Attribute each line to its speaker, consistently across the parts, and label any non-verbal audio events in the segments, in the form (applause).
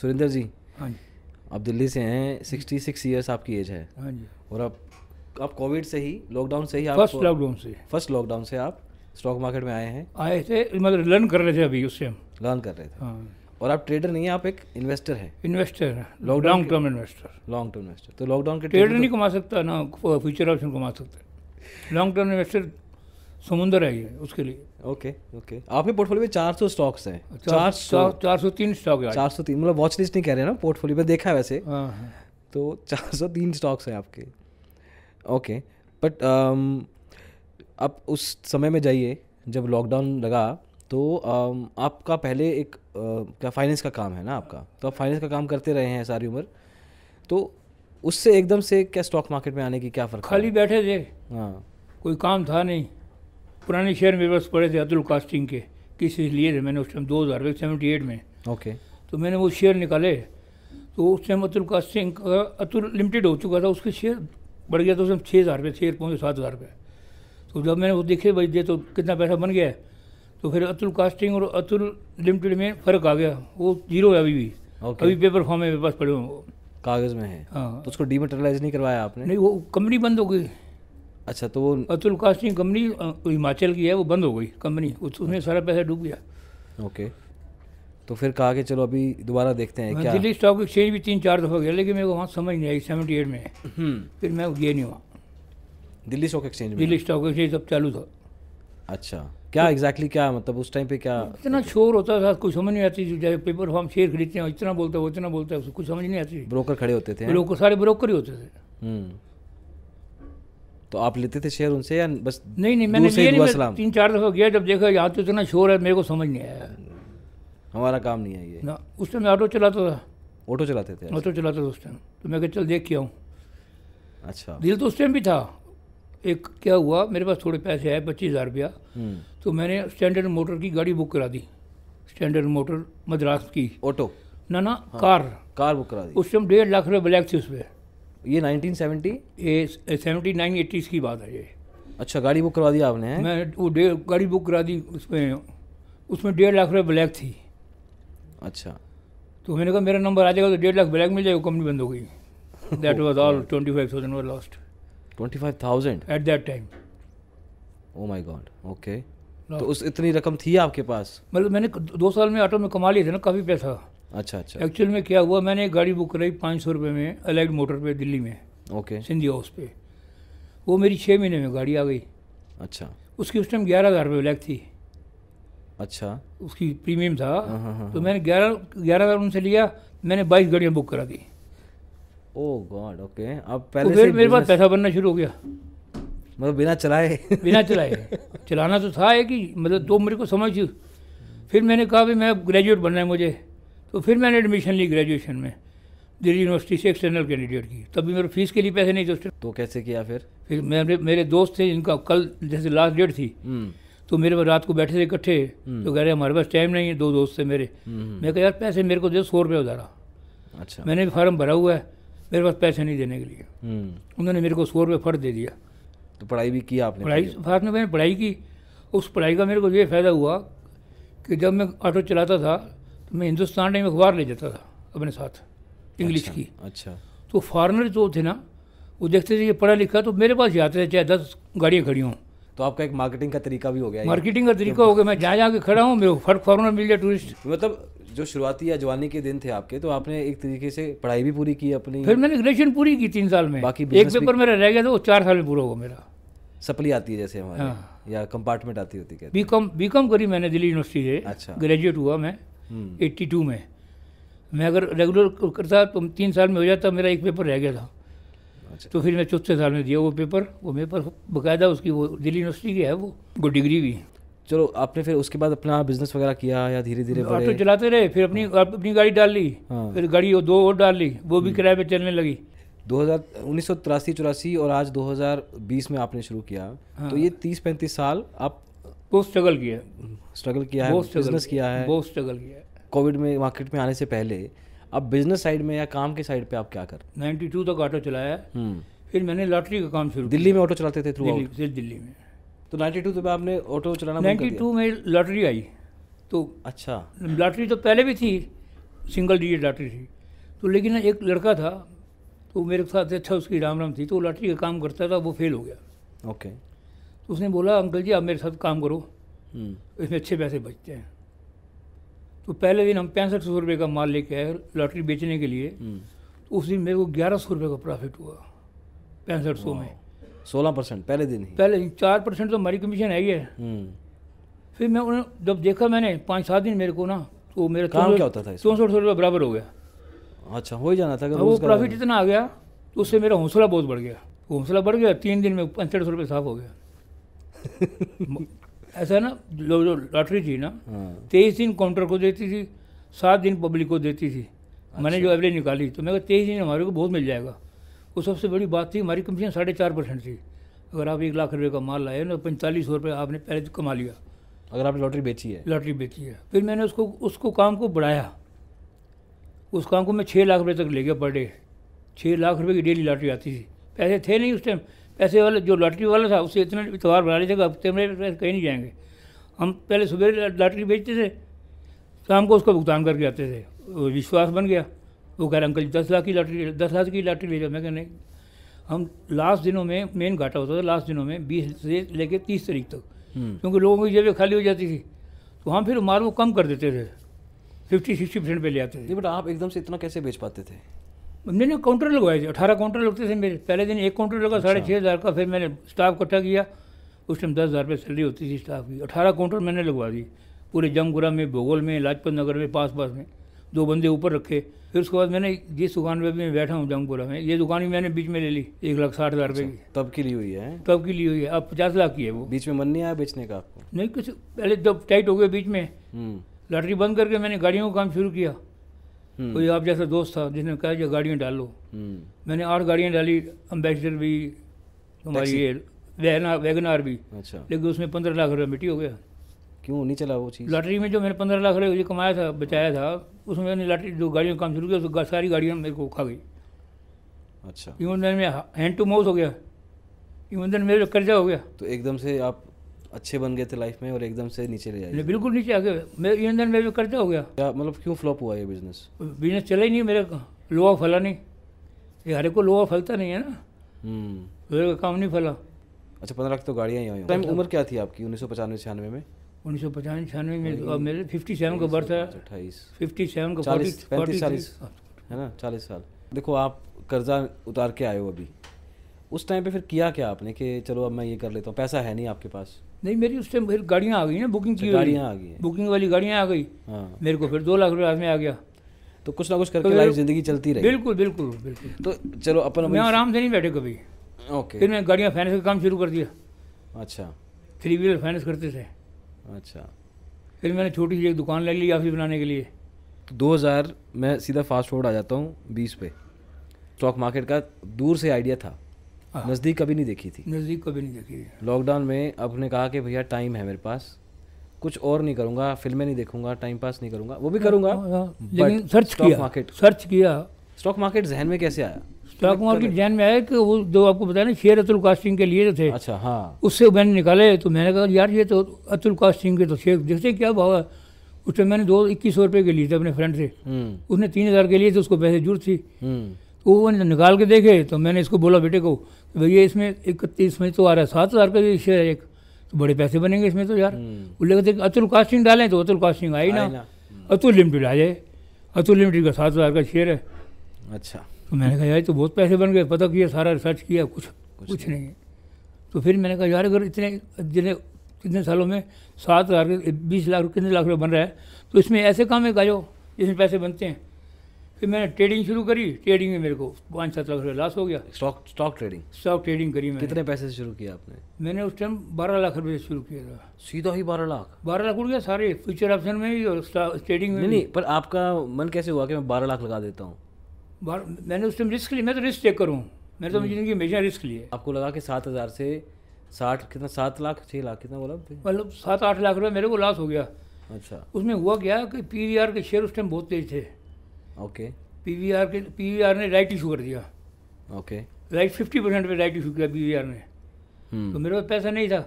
Speaker 1: सुरेंद्र जी
Speaker 2: हाँ जी
Speaker 1: आप दिल्ली से हैं सिक्सटी सिक्स ईयर्स आपकी एज है
Speaker 2: हाँ जी
Speaker 1: और आप आप कोविड से ही लॉकडाउन से ही आप
Speaker 2: फर्स्ट लॉकडाउन से
Speaker 1: फर्स्ट लॉकडाउन से आप स्टॉक मार्केट में आए हैं
Speaker 2: आए थे मतलब लर्न कर रहे थे अभी उससे हम
Speaker 1: लर्न कर रहे थे
Speaker 2: हाँ
Speaker 1: और आप ट्रेडर नहीं हैं आप एक इन्वेस्टर हैं
Speaker 2: इन्वेस्टर
Speaker 1: Lockdown
Speaker 2: लॉन्ग
Speaker 1: के-
Speaker 2: term investor
Speaker 1: long term investor तो लॉकडाउन के
Speaker 2: ट्रेडर
Speaker 1: trading
Speaker 2: नहीं कमा सकता ना फ्यूचर ऑप्शन कमा सकता लॉन्ग टर्म इन्वेस्टर समुंदर है ये उसके लिए
Speaker 1: तो- ओके ओके आपके पोर्टफोलियो में 400 स्टॉक्स हैं 400
Speaker 2: चार सौ तीन स्टॉक है आज।
Speaker 1: 403 मतलब वॉच लिस्ट नहीं कह रहे हैं ना पोर्टफोलियो में देखा है वैसे
Speaker 2: हाँ, हाँ।
Speaker 1: तो 403 स्टॉक्स हैं आपके ओके बट आप उस समय में जाइए जब लॉकडाउन लगा तो um, आपका पहले एक uh, क्या फाइनेंस का काम है ना आपका तो आप फाइनेंस का काम करते रहे हैं सारी उम्र तो उससे एकदम से क्या स्टॉक मार्केट में आने की क्या फ़र्क
Speaker 2: खाली बैठे थे
Speaker 1: हाँ
Speaker 2: कोई काम था नहीं पुराने शेयर मेरे पास पड़े थे अब्दुल कास्टिंग के किसी से लिए थे मैंने उस टाइम दो हज़ार सेवेंटी एट में
Speaker 1: ओके
Speaker 2: तो मैंने वो शेयर निकाले तो उस टाइम अतुल कास्टिंग का अतुल लिमिटेड हो चुका था उसके शेयर बढ़ गया था उसमें छः हज़ार रुपये शेयर पहुँचे सात हज़ार रुपये तो जब मैंने वो देखे भाई दे तो कितना पैसा बन गया है तो फिर अतुल कास्टिंग और अतुल लिमिटेड में फ़र्क आ गया वो जीरो है अभी भी
Speaker 1: ओके
Speaker 2: अभी पेपर फॉर्म में मेरे पास पड़े हुए हैं वो।
Speaker 1: कागज़ में है
Speaker 2: हाँ
Speaker 1: तो उसको डीमेटेरियलाइज नहीं करवाया आपने
Speaker 2: नहीं वो कंपनी बंद हो गई
Speaker 1: अच्छा तो वो
Speaker 2: अतुल कास्टिंग कंपनी अ, हिमाचल की है वो बंद हो गई कंपनी उस- उसमें सारा पैसा डूब गया
Speaker 1: ओके तो फिर कहा कि चलो अभी दोबारा देखते हैं
Speaker 2: मैं
Speaker 1: क्या
Speaker 2: हाँ, दिल्ली स्टॉक एक्सचेंज भी तीन चार दफ़ा गया लेकिन मेरे को वहाँ समझ नहीं आई सेवेंटी एट में
Speaker 1: हम्म
Speaker 2: फिर मैं गया नहीं वहाँ
Speaker 1: दिल्ली स्टॉक एक्सचेंज में
Speaker 2: दिल्ली स्टॉक एक्सचेंज तब चालू था
Speaker 1: अच्छा क्या
Speaker 2: तो-
Speaker 1: एग्जैक्टली क्या मतलब उस टाइम पे क्या
Speaker 2: इतना शोर होता था कुछ समझ नहीं आती थी, जैसे पेपर फॉर्म शेयर खरीदते हैं इतना बोलता है वो इतना बोलता है उसको कुछ समझ नहीं आती
Speaker 1: ब्रोकर खड़े होते थे
Speaker 2: लोग सारे ब्रोकर ही होते थे
Speaker 1: हम्म तो आप लेते थे शेयर उनसे या बस
Speaker 2: नहीं नहीं
Speaker 1: दूर
Speaker 2: मैंने
Speaker 1: से ही
Speaker 2: लिया नहीं
Speaker 1: दुआ
Speaker 2: मैं
Speaker 1: सलाम।
Speaker 2: तीन चार दफ़ा गया जब देखा यहाँ तो इतना शोर है मेरे को समझ नहीं आया
Speaker 1: हमारा काम नहीं है ये
Speaker 2: ना उस टाइम मैं ऑटो चलाता था
Speaker 1: ऑटो चलाते थे
Speaker 2: ऑटो चलाता था उस टाइम तो मैं कहा चल देख के आऊँ
Speaker 1: अच्छा
Speaker 2: दिल तो उस टाइम भी था एक क्या हुआ मेरे पास थोड़े पैसे आए पच्चीस हज़ार रुपया
Speaker 1: हम्म
Speaker 2: तो मैंने स्टैंडर्ड मोटर की गाड़ी बुक करा दी स्टैंडर्ड मोटर मद्रास की
Speaker 1: ऑटो
Speaker 2: ना ना कार
Speaker 1: कार बुक करा दी
Speaker 2: उस टाइम डेढ़ लाख रुपये ब्लैक थी उस पर
Speaker 1: ये 1970
Speaker 2: ये सेवेंटी नाइन एटीज़ की बात है ये
Speaker 1: अच्छा गाड़ी बुक करवा दी आपने हैं?
Speaker 2: मैं वो डेढ़ गाड़ी बुक करा दी उसमें उसमें डेढ़ लाख रुपये ब्लैक थी
Speaker 1: अच्छा
Speaker 2: तो मैंने कहा मेरा नंबर आ जाएगा तो डेढ़ लाख ब्लैक मिल जाएगा कंपनी बंद हो
Speaker 1: (laughs)
Speaker 2: गई that was all twenty five thousand were lost
Speaker 1: 25000
Speaker 2: at that time
Speaker 1: oh my God okay
Speaker 2: हाँ।
Speaker 1: तो उस इतनी रकम थी आपके पास
Speaker 2: मतलब मैंने दो साल में ऑटो में कमा लिए थे ना काफ़ी पैसा
Speaker 1: अच्छा अच्छा
Speaker 2: एक्चुअल में क्या हुआ मैंने एक गाड़ी बुक कराई पाँच सौ रुपये में अलाइड मोटर पे दिल्ली में
Speaker 1: ओके
Speaker 2: सिंधी हाउस पे वो मेरी छः महीने में गाड़ी आ गई
Speaker 1: अच्छा
Speaker 2: उसकी उस टाइम ग्यारह हज़ार रुपये ब्लैक थी
Speaker 1: अच्छा
Speaker 2: उसकी प्रीमियम था
Speaker 1: हाँ, हाँ, हाँ,
Speaker 2: तो मैंने ग्यारह ग्यारह हज़ार उनसे लिया मैंने बाईस गाड़ियाँ बुक करा दी
Speaker 1: ओ गॉड ओके Oh आप
Speaker 2: तो
Speaker 1: पहले से
Speaker 2: फिर मेरे पास
Speaker 1: business-
Speaker 2: पैसा बनना शुरू हो गया
Speaker 1: मतलब बिना चलाए (laughs)
Speaker 2: बिना चलाए चलाना तो था है कि मतलब तो मेरे को समझ फिर मैंने कहा भी मैं ग्रेजुएट बनना है मुझे तो फिर मैंने एडमिशन ली ग्रेजुएशन में दिल्ली यूनिवर्सिटी से एक्सटर्नल कैंडिडेट की तब भी मेरे फीस के लिए पैसे नहीं थे उस time।
Speaker 1: तो कैसे किया फिर
Speaker 2: फिर मेरे मेरे दोस्त थे जिनका कल जैसे लास्ट डेट थी
Speaker 1: हम्म
Speaker 2: तो मेरे पास रात को बैठे थे इकट्ठे तो कह रहे हमारे पास टाइम नहीं है दो दोस्त थे मेरे
Speaker 1: हम्म,
Speaker 2: मैं कहा यार पैसे मेरे को दे सौ रुपये उधारा
Speaker 1: अच्छा
Speaker 2: मैंने भी फार्म भरा हुआ है मेरे पास पैसे नहीं देने के लिए
Speaker 1: हम्म
Speaker 2: उन्होंने मेरे को सौ रुपये फट दे दिया
Speaker 1: तो पढ़ाई भी की आपने
Speaker 2: पढ़ाई साथ में मैंने पढ़ाई की उस पढ़ाई का मेरे को ये फ़ायदा हुआ कि जब मैं ऑटो चलाता था तो मैं हिंदुस्तान टाइम अखबार ले जाता था अपने साथ इंग्लिश की
Speaker 1: अच्छा
Speaker 2: तो फॉरेनर जो थे ना वो देखते थे ये पढ़ा लिखा तो मेरे पास ही आते थे चाहे दस गाड़ियाँ खड़ी हों
Speaker 1: तो आपका एक मार्केटिंग का तरीका भी हो गया ये।
Speaker 2: मार्केटिंग का तरीका हो गया मैं जहाँ जहाँ के खड़ा हूँ मेरे को फट फॉरनर मिल जाए टूरिस्ट
Speaker 1: मतलब जो शुरुआती या जवानी के दिन थे आपके तो आपने एक तरीके से पढ़ाई भी पूरी की अपनी
Speaker 2: फिर मैंने ग्रेजुएशन पूरी की तीन साल में
Speaker 1: बाकी
Speaker 2: एक
Speaker 1: business भी-
Speaker 2: पेपर मेरा रह गया था वो चार साल में पूरा होगा मेरा
Speaker 1: सप्ली आती है जैसे हमारे
Speaker 2: हाँ।
Speaker 1: या कंपार्टमेंट आती होती कहते
Speaker 2: बी कॉम बी कॉम करी मैंने दिल्ली यूनिवर्सिटी से
Speaker 1: अच्छा।
Speaker 2: ग्रेजुएट हुआ मैं
Speaker 1: हम्म।
Speaker 2: 82 में मैं अगर रेगुलर करता तो तीन साल में हो जाता मेरा एक पेपर रह गया था
Speaker 1: अच्छा
Speaker 2: तो फिर मैं चौथे साल में दिया वो पेपर वो मेरे पास बाकायदा उसकी वो दिल्ली यूनिवर्सिटी की है वो वो डिग्री भी
Speaker 1: चलो आपने फिर उसके बाद अपना बिजनेस वगैरह किया या धीरे धीरे
Speaker 2: ऑटो
Speaker 1: बड़े
Speaker 2: चलाते रहे फिर अपनी अपनी गाड़ी डाल ली
Speaker 1: हाँ। हम्म।
Speaker 2: फिर गाड़ी वो दो और डाल ली वो भी किराए पे चलने लगी
Speaker 1: दो हजार उन्नीस सौ तिरासी चौरासी और आज 2020 में आपने शुरू किया
Speaker 2: हाँ।
Speaker 1: तो ये तीस पैंतीस साल आप
Speaker 2: बहुत स्ट्रगल किया
Speaker 1: स्ट्रगल किया है
Speaker 2: बहुत स्ट्रगल
Speaker 1: बिजनेस किया है
Speaker 2: बहुत स्ट्रगल किया
Speaker 1: कोविड में मार्केट में आने से पहले आप बिजनेस साइड में या काम के साइड पे आप क्या कर
Speaker 2: नाइन्टी टू तक ऑटो चलाया
Speaker 1: हम्म
Speaker 2: फिर मैंने लॉटरी का काम शुरू
Speaker 1: दिल्ली में ऑटो चलाते थे थ्रू
Speaker 2: किया दिल्ली फिर दिल्ली में
Speaker 1: तो 92 तो आपने ऑटो चलाना बंद कर
Speaker 2: नाइन्टी
Speaker 1: दिया
Speaker 2: टू में लॉटरी आई तो
Speaker 1: अच्छा
Speaker 2: लॉटरी तो पहले भी थी सिंगल डिजिट लॉटरी थी तो लेकिन ना एक लड़का था तो मेरे साथ अच्छा उसकी राम राम थी तो वो लॉटरी का काम करता था वो फेल हो गया
Speaker 1: ओके
Speaker 2: तो उसने बोला अंकल जी आप मेरे साथ काम करो
Speaker 1: हम्म,
Speaker 2: इसमें अच्छे पैसे बचते हैं तो पहले दिन हम पैंसठ सौ रुपये का माल लेके आए लॉटरी बेचने के लिए
Speaker 1: हम्म,
Speaker 2: तो उस दिन मेरे को ग्यारह सौ रुपये का प्रॉफिट हुआ पैंसठ सौ में
Speaker 1: सोलह परसेंट पहले दिन ही
Speaker 2: पहले चार परसेंट तो हमारी कमीशन आई है
Speaker 1: हम्म,
Speaker 2: फिर मैं उन्हें जब देखा मैंने पाँच सात दिन मेरे को ना तो मेरा
Speaker 1: काम क्या होता था इसमें?
Speaker 2: चौंसठ सौ रुपये बराबर हो गया
Speaker 1: अच्छा हो ही जाना था अगर
Speaker 2: अब वो
Speaker 1: रोज का
Speaker 2: प्रॉफिट इतना आ गया तो उससे मेरा हौसला बहुत बढ़ गया वो हौसला बढ़ गया तीन दिन में पैंसठ सौ रुपये साफ हो
Speaker 1: (laughs)
Speaker 2: गया म- ऐसा ना जो जो लॉटरी थी ना
Speaker 1: हाँ
Speaker 2: तेईस दिन काउंटर को देती थी सात दिन पब्लिक को देती थी मैंने
Speaker 1: अच्छा।
Speaker 2: जो एवरेज निकाली तो मैं तेईस दिन हमारे को बहुत मिल जाएगा वो सबसे बड़ी बात थी हमारी कमीशन साढ़े चार परसेंट थी अगर आप एक लाख रुपए का माल लाए ना तो पैंतालीस सौ रुपये आपने पहले तो कमा लिया
Speaker 1: अगर आपने लॉटरी बेची है
Speaker 2: लॉटरी बेची है फिर मैंने उसको उसको काम को बढ़ाया उस काम को मैं छः लाख रुपए तक ले गया पर डे छः लाख रुपए की डेली लॉटरी आती थी पैसे थे नहीं उस टाइम पैसे वाले जो लॉटरी वाला था उससे इतना इतवार बना लेते कि अब तेरे पैसे कहीं नहीं जाएंगे हम पहले सुबह लॉटरी बेचते थे शाम को उसका भुगतान करके आते थे वो विश्वास बन गया वो कह रहे अंकल जी दस लाख की लॉटरी दस लाख की लॉटरी ले जाओ मैं कह नहीं हम लास्ट दिनों में मेन घाटा होता था लास्ट दिनों में बीस से लेकर तीस तारीख तक
Speaker 1: हम्म,
Speaker 2: क्योंकि लोगों की जेबें खाली हो जाती थी तो हम फिर माल को कम कर देते थे फिफ्टी सिक्सटी परसेंट पे ले आते थे
Speaker 1: नहीं बट आप एकदम से इतना कैसे बेच पाते थे
Speaker 2: हमने ना काउंटर लगवाए थे अठारह काउंटर लगते थे मेरे पहले दिन एक काउंटर लगा साढ़े छः हज़ार का फिर मैंने स्टाफ इकट्ठा किया उस टाइम दस हज़ार रुपये सैलरी होती थी स्टाफ की अठारह काउंटर मैंने लगवा दी पूरे जमगुरा में भोगोल में लाजपत नगर में पास पास में दो बंदे ऊपर रखे फिर उसके बाद मैंने जिस दुकान पे मैं बैठा हूँ जमगुरा में ये दुकान भी मैंने बीच में ले ली एक लाख साठ हज़ार रुपये की
Speaker 1: अच्छा, तब की ली हुई है
Speaker 2: तब की ली हुई है अब पचास लाख की है वो
Speaker 1: बीच में मन नहीं आया बेचने का आपको
Speaker 2: नहीं कुछ पहले जब टाइट हो गए बीच में
Speaker 1: हम्म,
Speaker 2: लॉटरी बंद करके मैंने गाड़ियों का काम शुरू किया
Speaker 1: हम्म,
Speaker 2: कोई आप जैसा दोस्त था जिसने कहा जो गाड़ियाँ डालो
Speaker 1: हम्म,
Speaker 2: मैंने आठ गाड़ियाँ डाली अम्बेसडर भी हमारी ये वैगना वैगनार भी
Speaker 1: अच्छा
Speaker 2: लेकिन उसमें पंद्रह लाख रुपये मिट्टी हो गया
Speaker 1: क्यों नहीं चला वो चीज़
Speaker 2: लॉटरी में जो मैंने पंद्रह लाख रुपये जो कमाया था बचाया था उसमें मैंने लॉटरी जो गाड़ियों का काम शुरू किया तो गा- सारी गाड़ियाँ मेरे को खा गई
Speaker 1: अच्छा
Speaker 2: ईमानदार में हैंड टू माउथ हो गया ईमानदार मेरे पे कर्जा हो गया
Speaker 1: तो एकदम से आप अच्छे बन गए थे लाइफ में और एकदम से नीचे ले जाइए
Speaker 2: मैंने बिल्कुल नीचे आ गया मेरे ईमानदार मेरे पे कर्जा हो गया
Speaker 1: क्या मतलब क्यों फ्लॉप हुआ ये बिजनेस
Speaker 2: बिजनेस चला ही नहीं मेरा लोहा फला नहीं ये हर एक को लोहा फलता नहीं है ना
Speaker 1: हम्म,
Speaker 2: मेरे का काम नहीं फला
Speaker 1: अच्छा पंद्रह लाख तो गाड़ियाँ ही आई होंगी। टाइम उम्र क्या थी आपकी उन्नीस सौ पचानवे छियानवे में
Speaker 2: उन्नीस सौ पचास छियानवे में और मेरे फिफ्टी सेवन का बर्थ है
Speaker 1: अट्ठाईस
Speaker 2: फिफ्टी सेवन का
Speaker 1: 40,
Speaker 2: 40
Speaker 1: पैंतीस
Speaker 2: 40
Speaker 1: चालीस है ना चालीस साल देखो आप कर्जा उतार के आए हो अभी उस टाइम पे फिर किया क्या आपने कि चलो अब मैं ये कर लेता हूँ पैसा है नहीं आपके पास
Speaker 2: नहीं मेरी उस टाइम फिर गाड़ियाँ आ गई ना बुकिंग की
Speaker 1: अच्छा, गाड़ियाँ आ गई हैं।
Speaker 2: बुकिंग वाली गाड़ियाँ आ गई
Speaker 1: हाँ
Speaker 2: मेरे को फिर दो लाख रुपये हाथ में आ गया
Speaker 1: तो कुछ ना कुछ
Speaker 2: तो
Speaker 1: करके
Speaker 2: ये-
Speaker 1: लाइफ ज़िंदगी चलती रही
Speaker 2: बिल्कुल बिल्कुल बिल्कुल
Speaker 1: तो चलो अपन
Speaker 2: मैं
Speaker 1: अभी
Speaker 2: आराम से नहीं बैठे कभी
Speaker 1: ओके
Speaker 2: फिर मैंने गाड़ियाँ फाइनेंस का काम शुरू कर दिया
Speaker 1: अच्छा
Speaker 2: थ्री व्हीलर फाइनेंस करते थे
Speaker 1: अच्छा
Speaker 2: फिर मैंने छोटी सी एक दुकान ले ली ऑफिस बनाने के लिए
Speaker 1: दो हज़ार मैं सीधा फास्ट फॉरवर्ड आ जाता हूँ बीस पे स्टॉक मार्केट का दूर से आइडिया था
Speaker 2: हाँ।
Speaker 1: नज़दीक कभी नहीं देखी थी
Speaker 2: नज़दीक कभी नहीं देखी है।
Speaker 1: लॉकडाउन में आपने कहा कि भैया टाइम है मेरे पास कुछ और नहीं करूँगा फिल्में नहीं देखूंगा टाइम पास नहीं करूँगा वो भी करूँगा
Speaker 2: हाँ, हाँ,
Speaker 1: but
Speaker 2: लेकिन सर्च
Speaker 1: stock
Speaker 2: किया
Speaker 1: market-
Speaker 2: सर्च किया
Speaker 1: स्टॉक मार्केट जहन में कैसे आया
Speaker 2: स्टॉक मार्केट जैन में आया कि वो जो आपको बताया ना शेयर अतुल कास्टिंग के लिए जो थे
Speaker 1: अच्छा हाँ
Speaker 2: उससे मैंने निकाले तो मैंने कहा यार ये तो अतुल कास्टिंग के तो शेयर देखते हैं क्या भाव है उस टाइम मैंने दो इक्कीस सौ रुपये के लिए थे अपने फ्रेंड से
Speaker 1: हम्म
Speaker 2: उसने तीन हज़ार के लिए थे उसको पैसे जरूरत थी
Speaker 1: हम्म
Speaker 2: तो वो निकाल के देखे तो मैंने इसको बोला बेटे को कि भैया इसमें इकतीस में तो आ रहा है सात हज़ार का ये शेयर है एक तो बड़े पैसे बनेंगे इसमें तो यार
Speaker 1: हम्म।
Speaker 2: वो लेकर देख अतुल कास्टिंग डालें तो अतुल कास्टिंग आई
Speaker 1: आई ना।
Speaker 2: ना अतुल लिमिटेड आ जाए अतुल लिमिटेड का सात हज़ार का शेयर है
Speaker 1: अच्छा
Speaker 2: तो मैंने कहा यार ये तो बहुत पैसे बन गए पता किया सारा रिसर्च किया कुछ कुछ, नहीं है तो फिर मैंने कहा यार अगर इतने जितने कितने सालों में सात हज़ार के- बीस लाख कितने लाख रुपये बन रहा है तो इसमें ऐसे काम है गाजो जिसमें पैसे बनते हैं फिर मैंने ट्रेडिंग शुरू करी ट्रेडिंग में मेरे को पाँच सात लाख रुपये लॉस हो गया
Speaker 1: stock stock trading
Speaker 2: stock trading करी मैंने
Speaker 1: कितने पैसे से शुरू किया आपने
Speaker 2: मैंने उस टाइम बारह लाख रुपये से शुरू किया था
Speaker 1: सीधा ही बारह लाख
Speaker 2: बारह लाख उड़ गया सारे फ्यूचर ऑप्शन में भी और स्टॉक- ट्रेडिंग में
Speaker 1: नहीं
Speaker 2: भी
Speaker 1: नहीं पर आपका मन कैसे हुआ कि मैं बारह लाख लगा देता हूँ
Speaker 2: बारह- मैंने उस टाइम रिस्क लिया मैं तो रिस्क टेक करूँ मैंने तो
Speaker 1: हम्म।
Speaker 2: अपनी जिंदगी में हमेशा रिस्क लिया है।
Speaker 1: आपको लगा कि सात हज़ार से साठ कितना सात लाख छः लाख कितना बोला आपने?
Speaker 2: मतलब सात आठ लाख रुपये मेरे को लॉस हो गया
Speaker 1: अच्छा
Speaker 2: उसमें हुआ क्या कि पीवीआर के शेयर उस टाइम बहुत तेज थे
Speaker 1: ओके
Speaker 2: पीवीआर के पीवीआर ने राइट इशू कर दिया
Speaker 1: ओके
Speaker 2: राइट फिफ्टी परसेंट पर राइट इशू किया पीवीआर ने तो
Speaker 1: हम्म
Speaker 2: मेरे पास पैसा नहीं था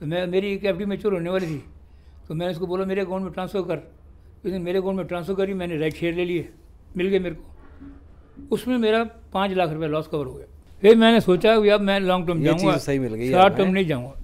Speaker 2: तो मैं मेरी एक एफ डी मेच्योर होने वाली थी तो मैंने उसको बोला मेरे अकाउंट में ट्रांसफ़र कर उसने मेरे अकाउंट में ट्रांसफ़र करी मैंने राइट शेयर ले लिए मिल गए मेरे को उसमें मेरा पाँच लाख रुपये लॉस कवर हो गया फिर मैंने सोचा कि अब मैं लॉन्ग टर्म
Speaker 1: ये चीज़
Speaker 2: जाऊँगा
Speaker 1: सही मिल गई
Speaker 2: शॉर्ट
Speaker 1: अब,
Speaker 2: टर्म
Speaker 1: हैं?
Speaker 2: नहीं जाऊँगा